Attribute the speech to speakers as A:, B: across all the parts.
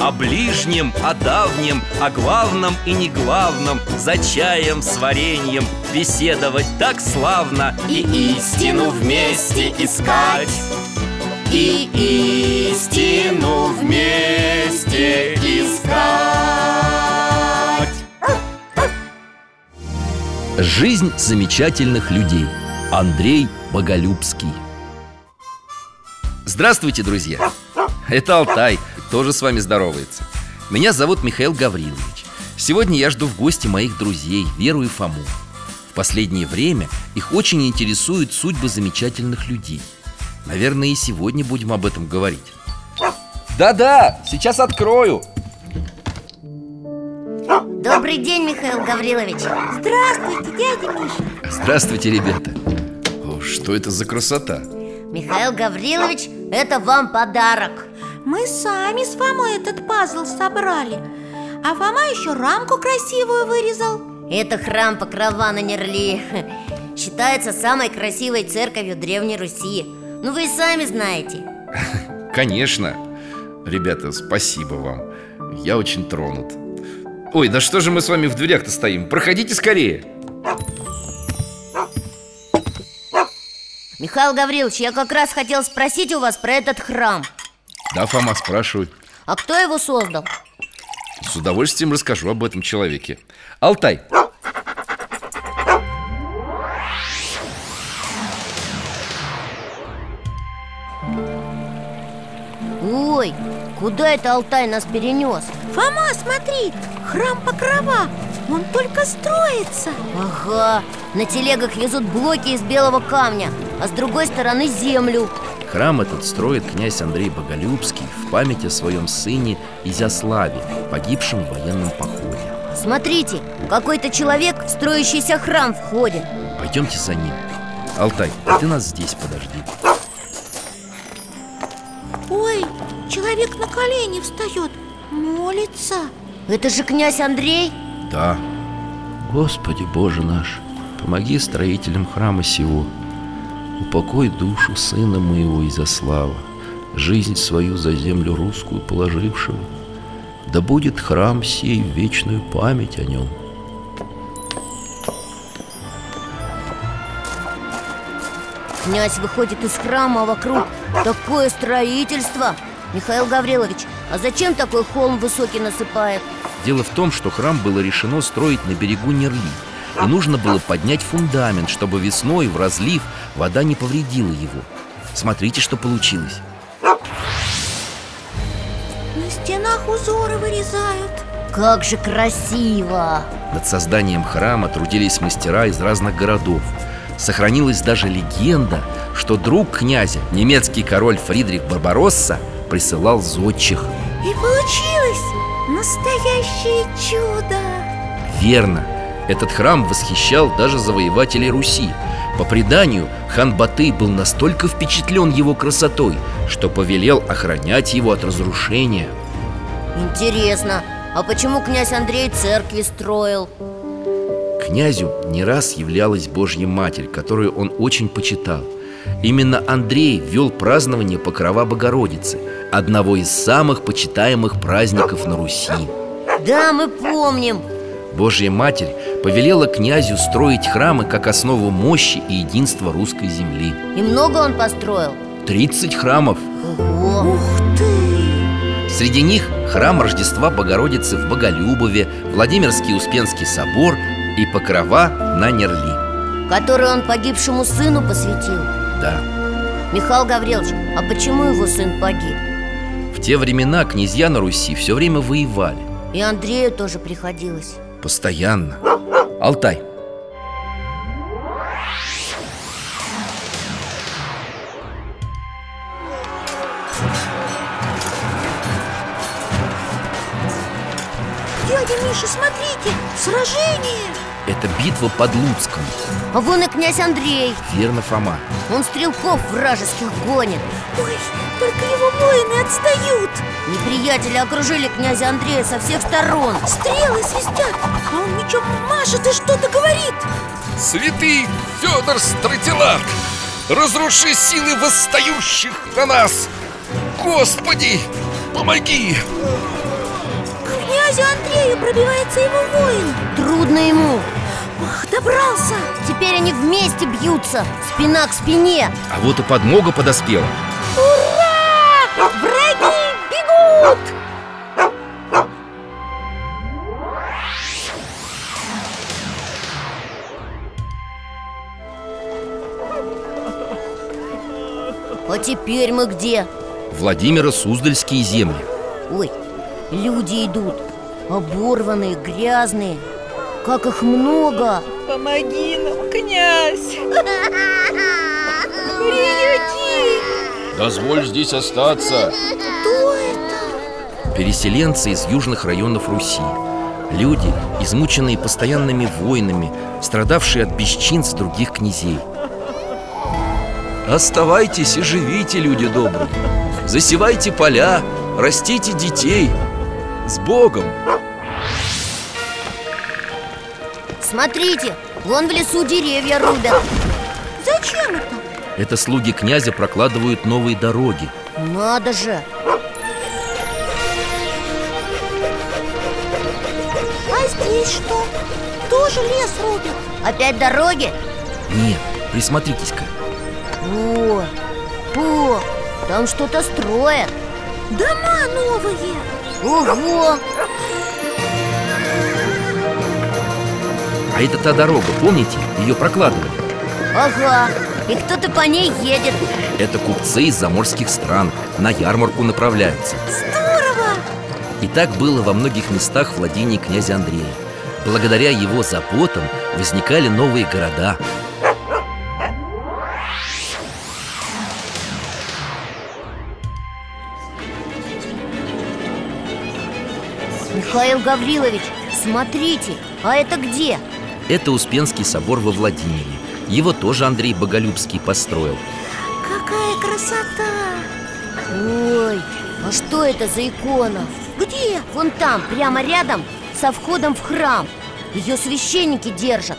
A: О ближнем, о давнем, о главном и не главном За чаем с вареньем беседовать так славно
B: И истину вместе искать.
A: И истину вместе искать Жизнь замечательных людей Андрей Боголюбский Здравствуйте, друзья! Это Алтай, тоже с вами здоровается Меня зовут Михаил Гаврилович Сегодня я жду в гости моих друзей Веру и Фому В последнее время их очень интересует судьбы замечательных людей Наверное, и сегодня будем об этом говорить Да-да, сейчас открою
B: Добрый день, Михаил Гаврилович
C: Здравствуйте, дядя Миша
A: Здравствуйте, ребята О, Что это за красота?
B: Михаил Гаврилович, это вам подарок
C: Мы сами с Фомой этот пазл собрали А Фома еще рамку красивую вырезал
B: Это храм Покрова на Нерли Считается самой красивой церковью Древней Руси Ну вы и сами знаете
A: Конечно Ребята, спасибо вам Я очень тронут Ой, да что же мы с вами в дверях-то стоим? Проходите скорее
B: Михаил Гаврилович, я как раз хотел спросить у вас про этот храм
A: Да, Фома спрашивает
B: А кто его создал?
A: С удовольствием расскажу об этом человеке Алтай
B: Ой, куда это Алтай нас перенес?
C: Фома, смотри, храм Покрова Он только строится
B: Ага, на телегах везут блоки из белого камня А с другой стороны землю
A: Храм этот строит князь Андрей Боголюбский в память о своем сыне Изяславе, погибшем в военном походе.
B: Смотрите, какой-то человек, в строящийся храм входит
A: Пойдемте за ним. Алтай, а ты нас здесь подожди.
C: Ой, человек на колени встает, молится
B: Ну Это же князь Андрей?
A: Да. Господи Боже наш, помоги строителям храма сего. Упокой душу сына моего Изяслава, жизнь свою за землю русскую положившего. Да будет храм сей в вечную память о нем.
B: Князь выходит из храма а вокруг Такое строительство Михаил Гаврилович, а зачем такой холм высокий насыпает?
A: Дело в том, что храм было решено строить на берегу Нерли И нужно было поднять фундамент, чтобы весной в разлив вода не повредила его Смотрите, что получилось
C: На стенах узоры вырезают
B: Как же красиво!
A: Над созданием храма трудились мастера из разных городов Сохранилась даже легенда, что друг князя, немецкий король Фридрих Барбаросса, присылал зодчих
C: И получилось настоящее чудо
A: Верно, этот храм восхищал даже завоевателей Руси По преданию, хан Батый был настолько впечатлен его красотой, что повелел охранять его от разрушения
B: Интересно, а почему князь Андрей церкви строил?
A: Князю не раз являлась Божья Матерь, которую он очень почитал. Именно Андрей вел празднование Покрова Богородицы, одного из самых почитаемых праздников на Руси.
B: Да, мы помним
A: Божья Матерь повелела князю строить храмы как основу мощи и единства русской земли.
B: И много он построил
A: 30 храмов.
B: Ого!
C: Ух ты!
A: Среди них храм Рождества Богородицы в Боголюбове, Владимирский Успенский собор и Покрова на Нерли.
B: Который он погибшему сыну посвятил
A: Да,
B: Михаил Гаврилович, а почему его сын погиб?
A: в те времена князья на Руси все время воевали.
B: И Андрею тоже приходилось
A: Постоянно Алтай
C: Дядя Дядя Миша, смотрите, сражение
A: Это битва под Луцком
B: А вон и князь Андрей
A: Верно, Фома
B: Он стрелков вражеских гонит
C: Ой, только его воины отстают
B: Неприятели окружили князя Андрея со всех сторон
C: Стрелы свистят, а он мечом машет и что-то говорит
D: Святый Федор Стратилат, разруши силы восстающих на нас! Господи, помоги!
C: К князю Андрею пробивается его воин
B: Трудно ему
C: Ох, добрался
B: Теперь они вместе бьются, спина к спине
A: А вот и подмога подоспела
C: Ура! Враги бегут!
B: А теперь мы где?
A: Владимира Суздальские земли
B: Ой, люди идут Оборванные, грязные Как их много
E: Помоги нам, князь! Приюти!
D: Дозволь здесь остаться
C: Кто это?
A: Переселенцы из южных районов Руси Люди, измученные постоянными войнами Страдавшие от бесчинств других князей
D: Оставайтесь и живите, люди добрые Засевайте поля, растите детей С Богом!
B: Смотрите, вон в лесу деревья рубят
C: Зачем это?
A: Это слуги князя прокладывают новые дороги
B: Надо же
C: А здесь что? Тоже лес рубят
B: Опять дороги?
A: Нет, присмотритесь-ка
B: О, о, там что-то строят
C: Дома новые
B: Ого,
A: А это та дорога, помните? Ее прокладывали
B: ага И кто-то по ней едет
A: Это купцы из заморских стран На ярмарку направляются
C: Здорово!
A: И так было во многих местах владений князя Андрея. Благодаря его заботам возникали новые города.
B: Михаил Гаврилович, смотрите, а это где?
A: Это Успенский собор во Владимире. Его тоже Андрей Боголюбский построил.
C: Какая красота!
B: Ой, а что это за икона?
C: Где?
B: Вон там, прямо рядом, со входом в храм Ее священники держат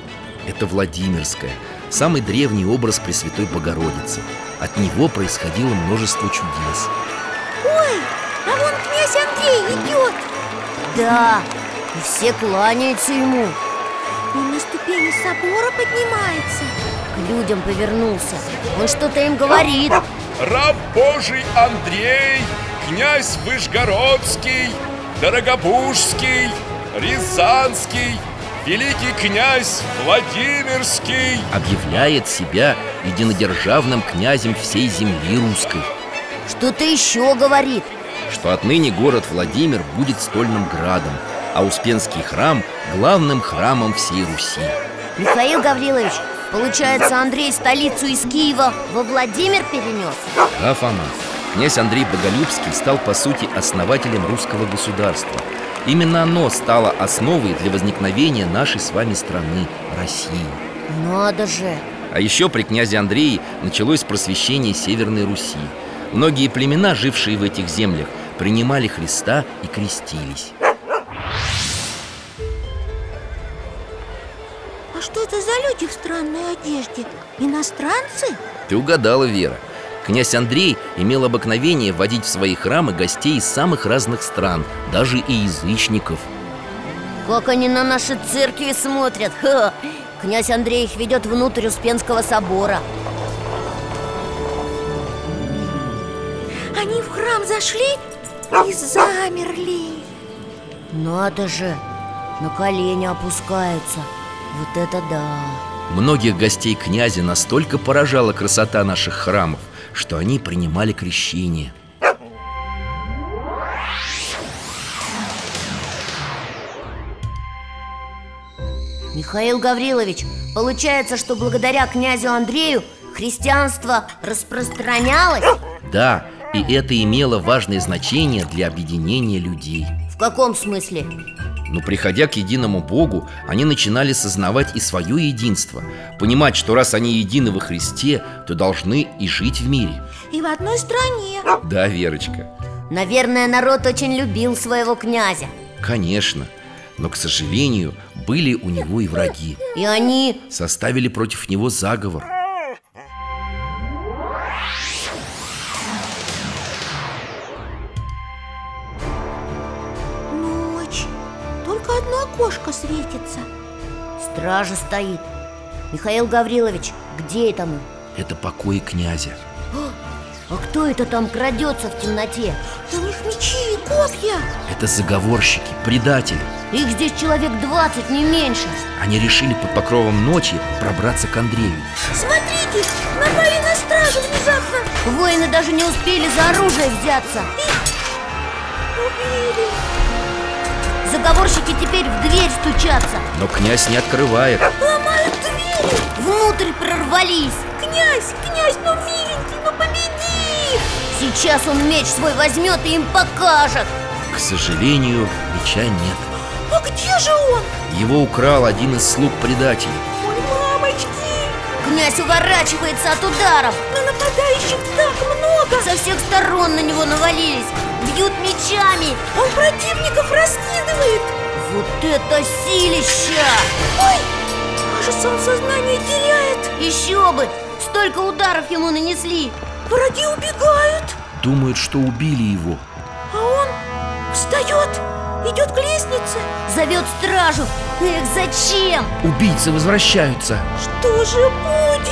A: Это Владимирская, самый древний образ Пресвятой Богородицы. От него происходило множество чудес.
C: Ой, а вон князь Андрей идет
B: Да, и все кланяются ему
C: Он на ступени собора поднимается
B: К людям повернулся Он что-то им говорит
D: Раб Божий Андрей, князь Вышгородский, Дорогобужский, Рязанский, великий князь Владимирский.
A: Объявляет себя единодержавным князем всей земли русской.
B: Что-то еще говорит
A: что отныне город Владимир будет стольным градом, а Успенский храм – главным храмом всей Руси.
B: Михаил Гаврилович, получается, Андрей столицу из Киева во Владимир перенес?
A: Да, Фома, князь Андрей Боголюбский стал, по сути, основателем русского государства. Именно оно стало основой для возникновения нашей с вами страны – России.
B: Надо же!
A: А еще при князе Андрее началось просвещение Северной Руси. Многие племена, жившие в этих землях, принимали Христа и крестились.
C: А что это за люди в странной одежде? Иностранцы?
A: Ты угадала, Вера. Князь Андрей имел обыкновение водить в свои храмы гостей из самых разных стран, даже и язычников.
B: Как они на наши церкви смотрят! Ха! Князь Андрей их ведет внутрь Успенского собора
C: Они в храм зашли и замерли
B: Надо же! На колени опускаются Вот это да!
A: Многих гостей князя настолько поражала красота наших храмов, что они принимали крещение.
B: Михаил Гаврилович, получается, что благодаря князю Андрею христианство распространялось?
A: Да, и это имело важное значение для объединения людей.
B: В каком смысле?
A: Но приходя к единому Богу, они начинали сознавать и свое единство Понимать, что раз они едины во Христе, то должны и жить в мире
C: И в одной стране
A: Да, Верочка,
B: Наверное, народ очень любил своего князя
A: конечно Но, к сожалению, были у него и враги
B: И они...
A: Составили против него заговор
C: Ночь Только одно окошко светится
B: Стража стоит Михаил Гаврилович, где это мы?
A: Это покои князя
B: А кто это там крадется в темноте?
C: У них мечи и копья
A: Это заговорщики, предатели
B: Их здесь человек 20, не меньше
A: Они решили под покровом ночи пробраться к Андрею
C: Смотрите, напали на стражу внезапно
B: Воины даже не успели за оружие взяться
C: Убили
B: Заговорщики теперь в дверь стучатся
A: Но князь не открывает
C: Ломают двери
B: Внутрь прорвались
C: Князь, князь, ну миленький, ну победи
B: Сейчас он меч свой возьмет и им покажет
A: К сожалению, меча нет
C: А где же он?
A: Его украл один из слуг предателей
C: Ой, мамочки,
B: Князь уворачивается от ударов
C: на нападающих так много
B: Со всех сторон на него навалились Бьют мечами
C: Он А противников раскидывает
B: Вот это силища!
C: Ой, кажется, он сознание теряет
B: Еще бы! Столько ударов ему нанесли
C: Враги убегают
A: Думают, что убили его
C: А он встает, идет к лестнице
B: Зовет стражу Эх, зачем?
A: Убийцы возвращаются
C: Что же будет?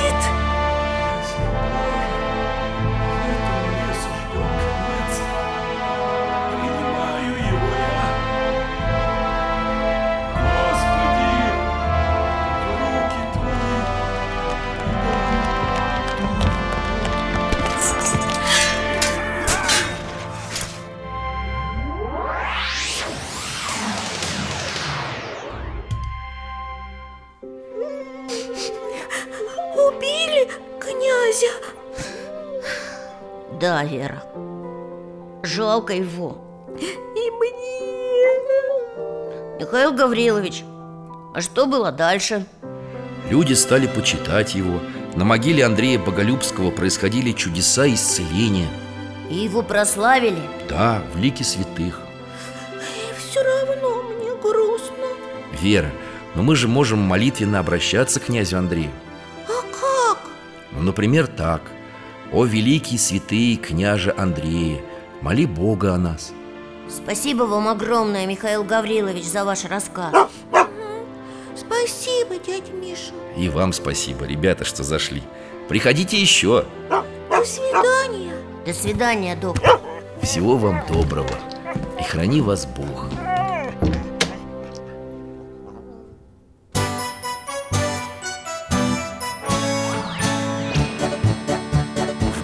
F: Принимаю его я. Господи, в руки твои
C: Убили князя
B: Да, Вера Жалко его
C: и мне
B: Михаил Гаврилович, а что было дальше?
A: Люди стали почитать его На могиле Андрея Боголюбского происходили чудеса исцеления
B: И его прославили?
A: Да, в лике святых
C: И все равно мне грустно
A: Вера, но мы же можем молитвенно обращаться к князю Андрею
C: А как?
A: Ну, например, так «О великий святые княже Андрея, моли Бога о нас»
B: Спасибо вам огромное, Михаил Гаврилович, за ваш рассказ
C: Спасибо, дядя Миша
A: И вам спасибо, ребята, что зашли Приходите еще
C: До свидания
B: До свидания, доктор
A: Всего вам доброго И храни вас Бог
D: В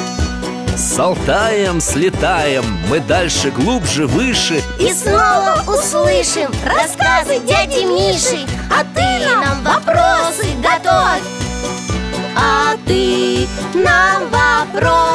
D: С Алтаем слетаем Мы дальше, глубже, выше
B: И снова услышим рассказы дяди Миши А ты нам вопросы готовь А ты нам вопросы